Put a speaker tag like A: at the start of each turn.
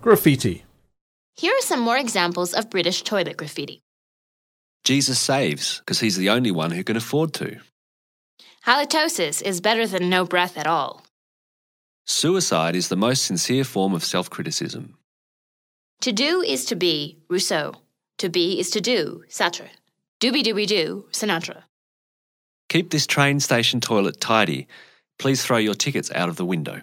A: Graffiti.
B: Here are some more examples of British toilet graffiti.
C: Jesus saves because he's the only one who can afford to.
B: Halitosis is better than no breath at all.
C: Suicide is the most sincere form of self criticism.
B: To do is to be, Rousseau. To be is to do, Sartre. Dooby dooby doo, Sinatra.
C: Keep this train station toilet tidy. Please throw your tickets out of the window.